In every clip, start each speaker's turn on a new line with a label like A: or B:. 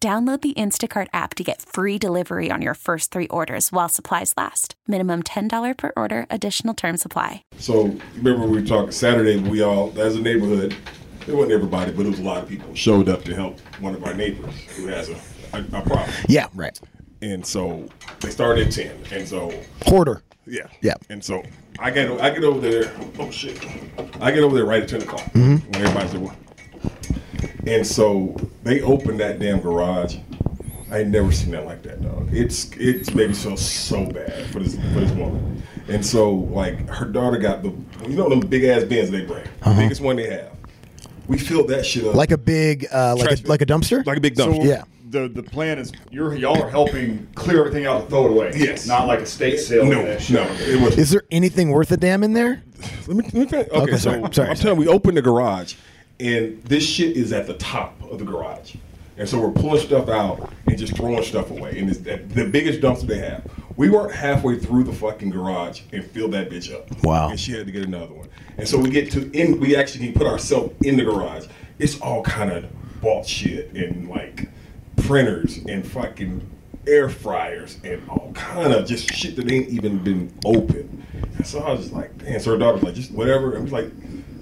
A: Download the Instacart app to get free delivery on your first three orders while supplies last. Minimum $10 per order, additional term supply.
B: So remember we were talking Saturday. We all, as a neighborhood, it wasn't everybody, but it was a lot of people showed up to help one of our neighbors who has a, a, a problem.
C: Yeah, right.
B: And so they started at ten. And so
C: Hoarder.
B: yeah,
C: Yeah.
B: And so I get I get over there. Oh shit! I get over there right at ten o'clock
C: Mm-hmm.
B: when everybody's at work. And so they opened that damn garage. I ain't never seen that like that, dog. It's it's made me feel so bad for this for this woman. And so like her daughter got the you know them big ass bins they bring, the biggest one they have. We filled that shit up
C: Uh-huh. Like a big, uh, like
B: Trash
C: a,
B: bin.
C: like a dumpster.
B: like a big dumpster.
D: So
C: Yeah.
D: The the plan is you're y'all are helping clear everything out and throw it away.
B: Yes.
D: Not like a state sale.
B: no,
D: and
B: no,
D: that shit.
B: it was.
C: Is there anything worth a damn in there?
B: Let me, let me tell you. Okay,
C: Okay,
B: so
C: sorry, sorry,
B: I'm
C: sorry.
B: telling you, we opened the garage, and this shit is at the top of the garage. And so we're pulling stuff out and just throwing stuff away. And it's that, the biggest dumpster they have. We weren't halfway through the fucking garage and filled that bitch up.
C: Wow.
B: And she had to get another one. And so we get to in we actually can put ourselves in the garage. It's all kind of bought shit and like printers and fucking air fryers and all kind of just shit that ain't even been open. And so I was just like, damn. So her daughter's like, just whatever. I'm just like,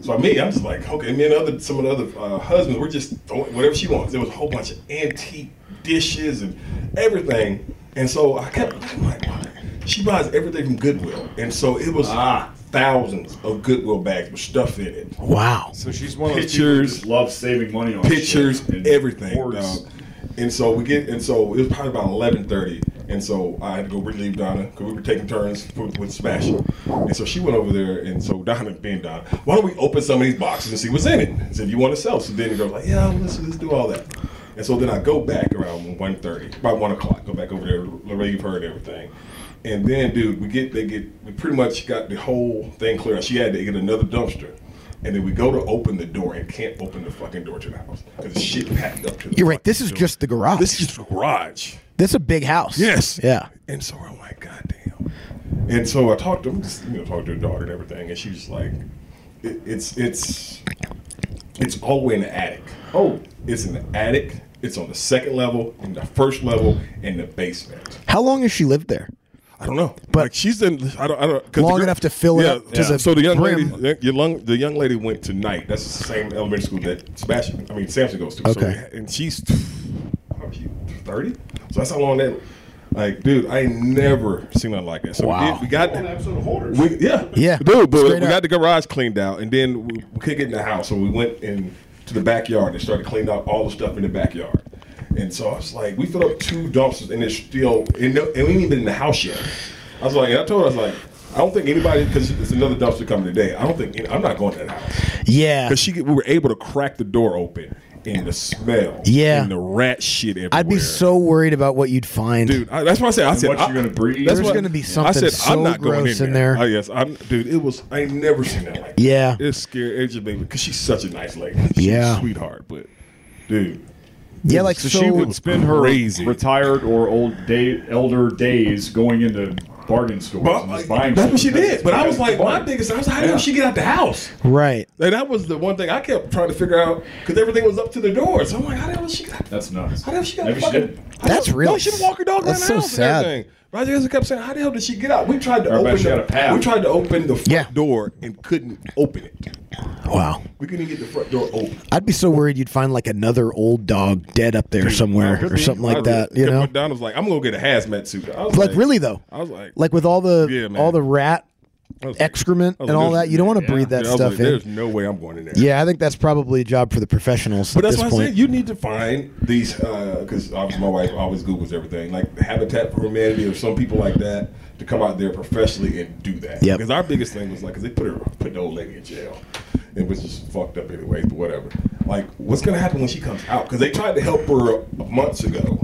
B: so me, I'm just like, okay. Me and other some of the other uh, husbands, we're just throwing whatever she wants. There was a whole bunch of antique dishes and everything. And so I kept I'm like, why? she buys everything from Goodwill, and so it was
D: Ah.
B: thousands of Goodwill bags with stuff in it,
C: Wow.
D: So she's one of those people who
B: Pictures.
D: just loves saving money on
B: pictures,
D: shit and
B: everything,
D: hoards.
B: dog. And so we get, and so it was probably about eleven thirty, and so I had to go relieve Donna because we were taking turns with, with smashing. And so she went over there, and so Donna, being Donna, why don't we open some of these boxes and see what's in it? And said, you want to sell? So then they was like, yeah, let's let's do all that. And so then I go back around 1.30, about one o'clock, go back over there, relieve her and everything. And then, dude, we get they get we pretty much got the whole thing clear. She had to get another dumpster, and then we go to open the door and can't open the fucking door to the house because the shit packed up to the.
C: You're right.
B: fucking
C: This is
B: door.
C: just the garage.
B: This is just the garage.
C: This is a big house.
B: Yes.
C: Yeah.
B: And so I'm like, God damn. And so I talked to him, you know, talked to her daughter and everything, and she was like, it, it's it's it's all the way in the attic. Oh, it's in the attic. It's on the second level, in the first level, in the basement.
C: How long has she lived there?
B: I don't know,
C: But-
B: but like she's in. I don't. I don't 'cause
C: Long
B: the
C: enough to fill it up to the
B: so the young
C: brim.
B: lady, your lung, the young lady went tonight. That's the same elementary school that Sebastian, I mean Samson goes to.
C: Okay.
B: so, and she's how old is she thirty. So that's how long that. Like, dude, I ain't never seen nothing like that. So we,
C: Wow.
B: did, we got
D: An episode of hoarders.
B: we, yeah,
C: Yeah.
B: dude. But
C: Straight
B: we
C: up.
B: got the garage cleaned out, and then we, we could get in the house, so we went in to the backyard and started cleaning out all the stuff in the backyard. And so I was like, we filled up two dumpsters, and it's still, and, no, and we ain't even in the house yet. I was like, and I told her, I was like, I don't think anybody, because it's another dumpster coming today. I don't think any- I'm not going to that house
C: Yeah.
B: because she, we were able to crack the door open, and the smell,
C: Yeah.
B: and the rat shit everywhere.
C: I'd be so worried about what you'd find.
B: Dude, I, that's what I said. I said
D: what you
B: I-
D: gonna breed?
B: that's
C: There's
B: what-
C: gonna be
B: I
C: something
B: said,
C: so
B: I'm not going
C: gross
B: in,
C: in
B: there.
C: there.
B: Oh, yes, I'm, dude. It was. I ain't never seen that. Like that.
C: Yeah.
B: it's scary. It just made me because she's such a nice lady. She's
C: Yeah.
B: a sweetheart. But dude,
C: Yeah, like so.
D: she would spend her
B: Crazy.
D: retired or old day elder days going into bargain stores
B: but,
D: and just buying
B: that's what she
D: shit because
B: did. But I was
D: it's
B: like, my
D: bargain.
B: biggest. I was like, how did
D: Yeah.
B: she get out the house?
C: right.
B: And that was the one thing I kept trying to figure out because everything was up to the door. So I'm like, how the hell did she get out?
D: That's nuts.
B: How the hell she got a
D: Maybe she
B: fucking
D: did.
C: That's
B: real.
C: real.
B: Y'all should walk your dog around
C: That's
B: the
C: so
B: house
C: sad.
B: and everything. Roger Hansen kept saying, "How the hell did she get out?" We tried to
D: I bet
B: open
D: she had a
B: the,
D: path.
B: we tried to open the front
C: Yeah.
B: door and couldn't open it.
C: Wow.
B: We couldn't get the front door open.
C: I'd be so worried you'd find like another old dog dead up there somewhere or something like that. You know,
B: Don was like, "I'm gonna get a hazmat suit." I was
C: like really though,
B: I was like,
C: like with all the
B: Yeah, man.
C: all the rat
B: I was like-
C: excrement
B: I was
C: and
B: like,
C: all
B: there's-
C: that, you don't want to
D: yeah.
C: breathe that
B: Yeah, I was
C: stuff
B: like,
C: in.
B: There's no way I'm going in there.
C: Yeah, I think that's probably a job for the professionals
B: But
C: at
B: that's
C: this
B: why I
C: point.
B: said you need to find these because obviously my wife always Googles everything, like Habitat for Humanity or some people like that, to come out there professionally and do that.
C: Yep.
B: Because our biggest thing was like, because they put her put the old lady in jail, and was just fucked up anyway. But whatever. Like, what's gonna happen when she comes out? Because they tried to help her months ago,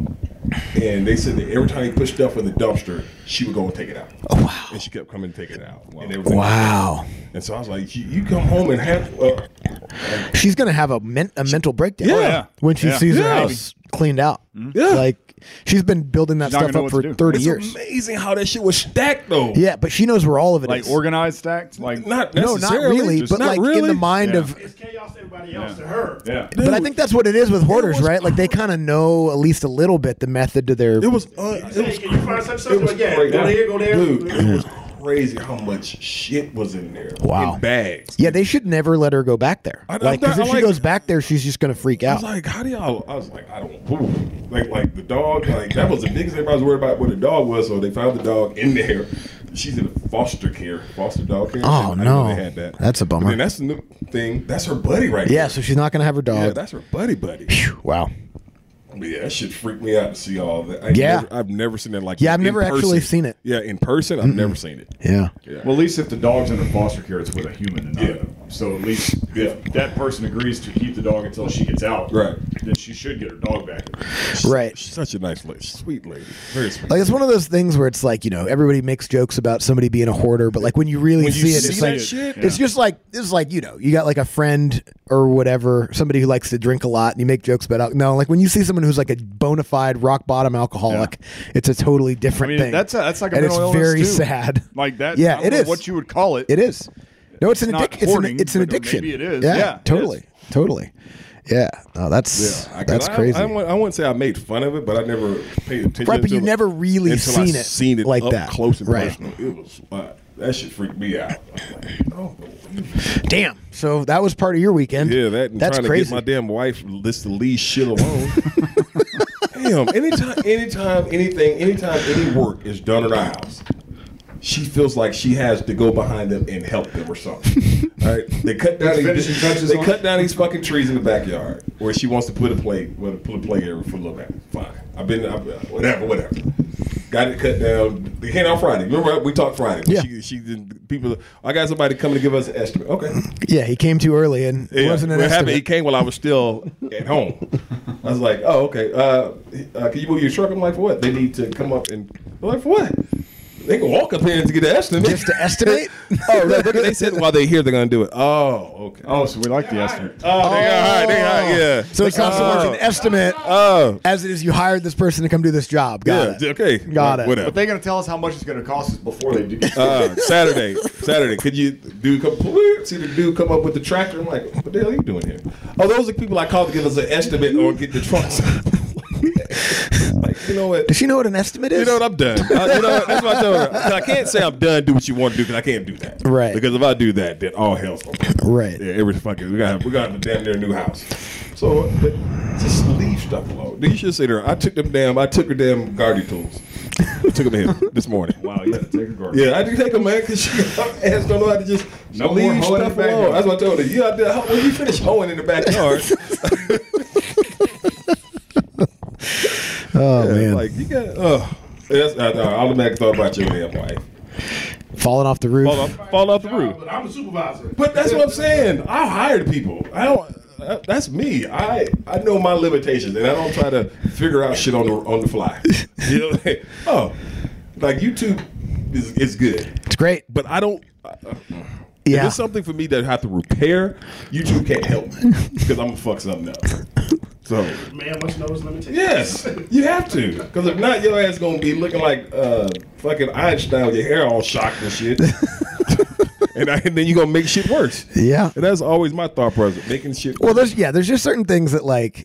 B: and they said that every time they pushed stuff in the dumpster, she would go and take it out. Oh wow! And she kept coming to take it out. And everything like
C: wow,
B: that. And so I was like, you, you come home and have. Uh,
C: she's gonna have a, men- a mental breakdown.
B: Yeah.
C: when she
D: Yeah.
C: sees her
B: Yeah. Mm-hmm.
C: house cleaned out.
B: Yeah.
C: like she's been building that
D: She's not
C: stuff
D: gonna know
C: up
D: what
C: for
D: to do.
C: thirty
B: it's
C: years.
B: amazing how that shit was stacked though.
C: Yeah, but she knows where all of it is.
D: Like organized stacked? Like
B: Not
C: no, not
B: necessarily,
C: really,
B: just-
C: but
B: not
C: like in
B: really.
C: the mind
D: Yeah.
C: of
E: It's chaos to everybody else to her.
D: Yeah.
C: But I think that's what it is with hoarders,
B: was-
C: right? Like they kind of know at least a little bit the method to their.
B: It was. Uh, it
E: Hey,
B: was
E: can you find some
B: it was
E: something? Yeah,
B: crazy.
E: go there, go there.
B: Dude, it was crazy how much shit was in there.
C: Wow.
B: In bags.
C: yeah, they should never let her go back there.
B: I- I-
C: Like, because
B: I
C: if she
B: like-
C: goes back there, she's just gonna freak
B: I
C: out.
B: was like, how do y'all? I was like, I don't. Ooh. Like, like the dog. Like that was the biggest thing I was worried about. Where the dog was, so they found the dog in there. She's in foster care, foster dog care.
C: Oh,
B: I didn't know
C: no.
B: they had that.
C: That's a bummer.
B: And that's the new thing. That's her buddy right
C: yeah,
B: there.
C: so she's not gonna have her
B: Yeah,
C: dog.
B: that's her buddy, buddy.
C: wow.
B: But yeah, that shit freaked me out to see all that. I
C: Yeah.
B: never, I've never seen it like.
C: Yeah,
B: that
C: I've
B: in
C: never actually seen it.
B: Yeah, in person, I've never seen it.
C: Yeah.
D: Well, at least if the dog's under foster care, it's with a human. And not
B: Yeah.
D: a- so at least
B: Yeah.
D: if that person agrees to keep the dog until she gets out,
B: Right.
D: then she should get her dog back.
C: Right.
B: She's such a nice lady, sweet lady, very sweet.
C: Like it's one of those things where it's like you know everybody makes jokes about somebody being a hoarder, but like when you really
B: When you
C: see it,
B: see
C: it's
B: that
C: like
B: shit,
C: it's just like it's like you know you got like a friend or whatever somebody who likes to drink a lot, and you make jokes about al- no like when you see someone who's like a bona fide rock bottom alcoholic, it's a totally different
D: I mean,
C: thing.
D: that's a- that's like a
C: and
D: mental
C: it's
D: illness,
C: very
D: too.
C: sad.
D: Like that. I
C: yeah,
D: don't
C: it
D: know
C: is
D: What you would call it?
C: It is. No, it's, an
D: not
C: addiction. It's an,
D: hoarding,
C: it's an
D: but
C: addiction.
D: maybe it is.
C: Yeah,
D: Yeah, it
C: totally,
D: is.
C: totally. Yeah. Oh, that's
B: Yeah, I- 'cause
C: that's
B: I,
C: crazy.
B: I, wouldn't- I wouldn't say I made fun of it, but I never paid attention.
C: Right, but you
B: until-
C: never really
B: until
C: seen
B: I
C: it
B: seen it
C: like
B: up
C: that.
B: close and
C: Right.
B: personal. It was uh, that shit freaked me out. I was like, oh,
C: Damn. So that was part of your weekend.
B: yeah, that and
C: that's
B: trying
C: crazy.
B: to get my damn wife list to leave shit alone. damn, anytime, anytime, anything, anytime, any work is done in our house, she feels like she has to go behind them and help them or something. All right, they cut down
D: Finish
B: these,
D: the touches
B: they
D: on
B: cut
D: it.
B: down these fucking trees in the backyard where she wants to put a plate, well, put a plate area for a little bit. Fine, I've been, I've, whatever, whatever. Got it cut down. They came out Friday. Remember we talked Friday.
C: Yeah.
B: She, she did, people. I got somebody coming to give us an estimate. Okay.
C: Yeah, he came too early and it
B: Yeah,
C: wasn't an
B: what
C: estimate.
B: happened? He came while I was still at home. I was like, "Oh, okay. Uh, uh, can you move your truck?" I'm like, "For what?" They need to come up and I'm like, "For what?" They can walk up here to get an estimate.
C: Just to estimate?
B: oh, no, look, they said while they here they're gonna do it. Oh, okay.
D: Oh, so we like the estimate.
B: Oh, they all right. They all right. Yeah.
C: So it's not so much an estimate
B: Oh,
C: as it is you hired this person to come do this job.
B: yeah.
C: Got it.
B: Okay.
C: Got it.
B: Whatever.
D: But they're gonna tell us how much it's gonna cost us before they do.
B: Uh, Saturday, Saturday. Could you dude come please? see the dude come up with the tractor? I'm like, what the hell are you doing here? Oh, those are the people I called to give us an estimate on get the trucks. like, you know what?
C: Does she know what an estimate is?
B: You know what? I'm done. I, you know what? That's what I told her. 'Cause I can't say I'm done. Do what you want to do because I can't do that.
C: Right.
B: Because if I do that, then all hell's going
C: Right.
B: Yeah. Every fucking we got we got a damn near new house. So but just leave stuff alone. You should say there. I took them damn. I took her damn gardening tools. I took them in this morning.
D: wow, yeah, take a garden.
B: Yeah, I didn't take them, man, because she ass don't know how to just
D: No more
B: leave
D: hoeing in
B: stuff
D: the backyard.
B: alone. That's what I told her. You out there, when you finish hoeing in the backyard,
C: Oh man,
B: like you got, oh, that's, I, I automatically thought about your damn wife.
C: falling off the roof.
B: Fall off, fall off the roof.
E: Uh, But I'm the supervisor.
B: But that's what I'm saying. I hire people. I don't. uh, That's me. I I know my limitations, and I don't try to figure out shit on the on the fly. You know, like, oh, like YouTube is is good,
C: It's great.
B: but I don't. Uh, If
C: Yeah.
B: it's something for me that I have to repair, YouTube can't help me because I'm gonna fuck something up. So
E: Man must know his limitations.
B: yes, you have to because if not, your ass gonna be looking like uh fucking Einstein with your hair all shocked and shit. And, I, and then you gonna make shit worse.
C: Yeah.
B: And that's always my thought process, making shit.
C: Well, there's yeah, there's just certain things that like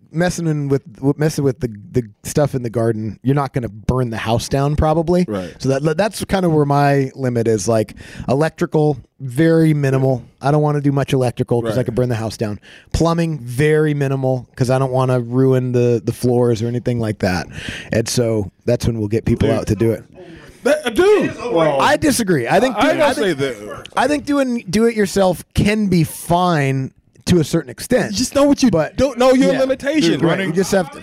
C: messing in with w- messing with the the stuff in the garden. You're not going to burn the house down, probably.
D: Right.
C: So that that's kind of where my limit is. Like electrical, very minimal. I don't want to do much electrical because I
D: Right.
C: could burn the house down. Plumbing, very minimal because I don't want to ruin the the floors or anything like that. And so that's when we'll get people out to do it.
B: That, dude, well,
C: I disagree. I think
B: Oh. I
C: doing-
B: don't say
C: think,
B: that.
C: I think doing do it yourself can be fine to a certain extent.
B: Just know what you
C: But-
B: don't know your
C: Yeah.
B: limitation.
D: Dude,
C: right.
D: running-
C: You just have to.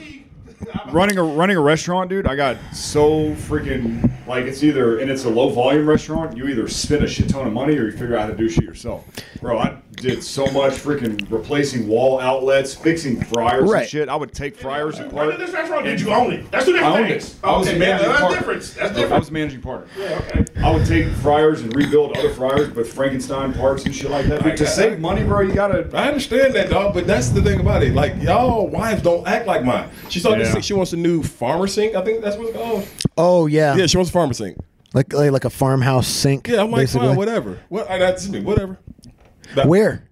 D: running a running a restaurant, dude, I got so freaking like it's either and it's a low volume restaurant. You either spend a shit ton of money or you figure out how to do shit yourself, bro. I did so much freaking replacing wall outlets, fixing fryers
C: Right.
D: and shit. I would take fryers
E: When
D: apart.
E: did this restaurant? Did
D: and-
E: you own it? That's two different
D: I owned
E: things.
D: it. I was
E: okay,
D: a
E: yeah,
D: managing
E: that's
D: partner.
E: different. That's
D: I
E: different.
D: was a managing partner.
E: okay.
D: I would take fryers and rebuild other fryers with Frankenstein parts and shit like that. But to
B: got-
D: save money, bro, you gotta.
B: I understand that, dog, but that's the thing about it. Like, y'all wives don't act like mine. She saw
D: Yeah.
B: this. She wants a new farmer sink. I think that's what it's called.
C: Oh yeah.
B: Yeah, she wants a farmer sink.
C: Like, like like a farmhouse sink.
B: Yeah, I'm like,
C: basically.
B: fine, whatever. What? I, that's me. Whatever. That-
C: Where?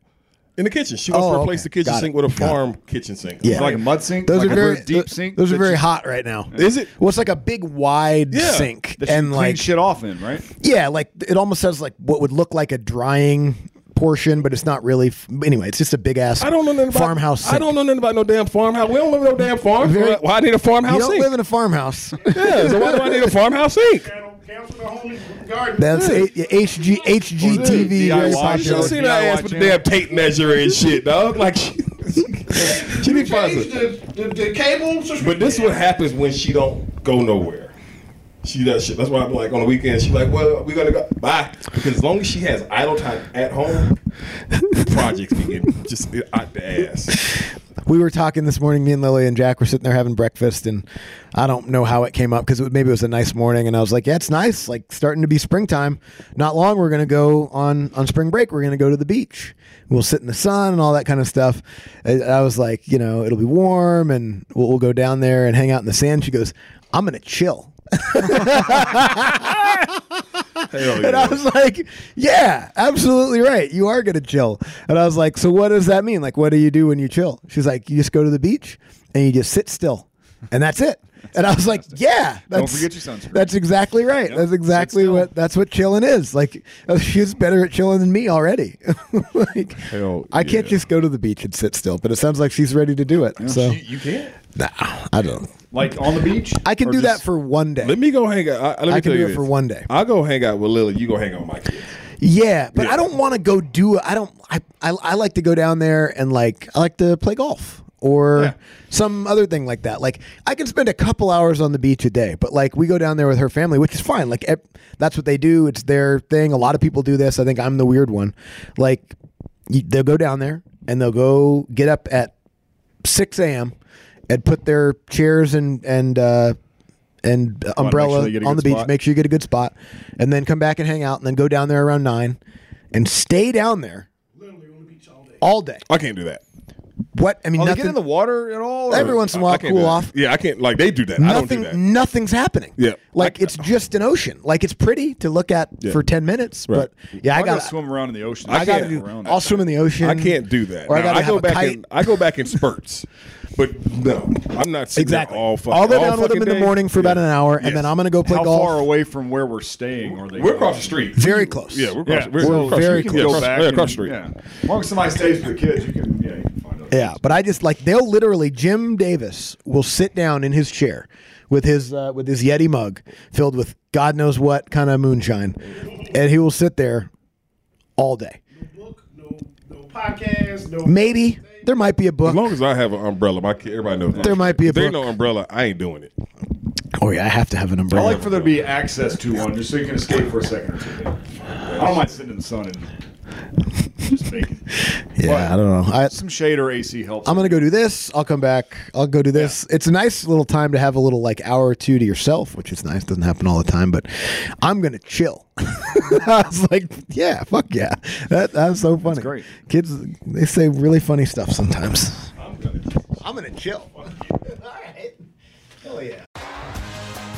B: In the kitchen. She wants
C: Oh,
B: to replace
C: okay.
B: the kitchen
C: Got it.
B: sink with a
C: Got it.
B: farm kitchen sink.
C: Yeah.
D: It's like a mud sink.
C: Those
D: like
C: are
D: a
C: very
D: real deep
C: th-
D: sink.
C: Those are
D: that
C: very
D: you-
C: hot right now.
B: Is it?
C: Well, it's like a big wide
B: Yeah.
C: sink,
D: that you
C: and
D: clean
C: like
D: shit off in, right?
C: yeah, like it almost has like what would look like a drying portion, but it's not really. F- anyway, it's just a big ass.
B: I don't know nothing about
C: farmhouse. Sink.
B: I don't know nothing about no damn farmhouse. We don't live in no damn farm.
C: Very-
B: Why I need a
C: You
B: farmhouse
C: don't
B: sink?
C: live in a farmhouse.
B: yeah, so why do I need a farmhouse sink?
E: Council the homie garden.
C: That's a, yeah, HG HGTV. very
D: DIY
B: You should
C: popular.
B: have
D: shows.
B: seen her ass with the damn tape measure and shit, dog. Like, she, she be
E: Change
B: positive.
E: the, the, the cable. subscription.
B: But this is what happens when she don't go nowhere. She does shit. That's why I'm like on the weekend. She like, well, we gotta go. Bye. Because as long as she has idle time at home, projects can get just out the ass.
C: we were talking this morning. Me and Lily and Jack were sitting there having breakfast, and I don't know how it came up because it, maybe it was a nice morning, and I was like, "Yeah, it's nice. Like starting to be springtime. Not long, we're gonna go on on spring break. We're gonna go to the beach. We'll sit in the sun and all that kind of stuff." I, I was like, "You know, it'll be warm, and we'll, we'll go down there and hang out in the sand." She goes, "I'm gonna chill."
B: Hell
C: And I
B: yeah.
C: was like, yeah, absolutely right. You are going to chill. And I was like, so what does that mean? Like, what do you do when you chill? She's like, you just go to the beach and you just sit still. And that's it. And I was like, yeah. That's,
D: forget your sunscreen.
C: That's exactly right.
D: Yep,
C: That's
D: sit
C: exactly
D: still.
C: what that's what chilling is. Like uh, she's better at chilling than me already. like
B: Hell
C: I can't
B: yeah.
C: just go to the beach and sit still, but it sounds like she's ready to do it. so
B: You, you can't.
C: nah, I don't.
D: Like on the beach.
C: I can
D: Or
C: do
D: just-
C: that for one day.
B: Let me go hang out. I, let me
C: I can
B: tell
C: do
B: you
C: it
B: this.
C: for one day.
B: I'll go hang out with Lily. You go hang out with my kids.
C: Yeah, but
B: Yeah.
C: I don't want to go do. I don't. I, I I like to go down there and like I like to play golf or
D: Yeah.
C: some other thing like that. Like I can spend a couple hours on the beach a day, but like we go down there with her family, which is fine. Like ev- that's what they do. It's their thing. A lot of people do this. I think I'm the weird one. Like you, they'll go down there and they'll go get up at 6 a.m. and put their chairs and and uh, and uh,
D: make sure
C: umbrella
D: they get a
C: on the
D: good
C: beach.
D: spot.
C: Make sure you get a good spot, and then come back and hang out, and then go down there around nine, and stay down there all day.
B: I can't do that.
C: What I mean,
D: Oh, they
C: nothing.
D: get in the water at all? or-
C: every once in
B: I
C: a while,
B: can't do
C: cool
B: that.
C: off.
B: Yeah, I can't. Like they do that. I don't do
C: Nothing.
B: that.
C: Nothing's happening.
B: Yeah.
C: like it's just an ocean. Like it's pretty to look at
B: Yeah.
C: for ten minutes,
B: Right.
C: but yeah, I
D: I gotta
C: got
D: swim around in the ocean.
C: I gotta
B: can't
C: do.
D: Around.
C: I'll swim in the ocean.
B: I can't do that.
C: Or I
B: Now,
C: gotta
B: I go
C: have a
B: back
C: kite.
B: in. I go back in spurts, but no, I'm not sitting there
C: Exactly.
B: all fucking.
C: I'll go
B: all
C: down with
B: fucking
C: him in the
B: day.
C: morning for about
B: Yeah.
C: an hour,
B: Yes.
C: and then I'm gonna go play
D: How
C: golf.
D: far away from where we're staying are they?
B: We're across the street.
C: Very close.
B: Yeah, we're
D: Yeah,
B: across. We're,
C: so
B: we're across
C: very
B: the
C: close.
B: street.
C: Go
B: Yeah, across,
D: back
B: yeah,
D: and-
B: across the street.
D: Yeah. As long as somebody stays with the kids, you can, yeah, you can find out.
C: Yeah, but I just like they'll literally Jim Davis will sit down in his chair with his uh, with his Yeti mug filled with God knows what kind of moonshine, and he will sit there all day.
F: Book, no, no podcast, no.
C: Maybe there might be a
B: As
C: book.
B: long as I have an umbrella, my kid, everybody knows.
C: There might be a
B: If there ain't
C: book.
B: no umbrella. I ain't doing it.
C: Oh yeah, I have to have an
D: I
C: umbrella.
D: like for there to be access to one just so you can escape for a second or two. I don't mind sitting in the sun and just baking.
C: yeah, I don't know. I,
D: Some shade or AC helps.
C: I'm gonna go do this. I'll come back. I'll go do this. It's a nice little time to have a little like hour or two to yourself, which is nice. Doesn't happen all the time, but I'm gonna chill. I was like, yeah, fuck yeah. That that's so funny.
D: great.
C: Kids, they say really funny stuff sometimes. I'm gonna chill.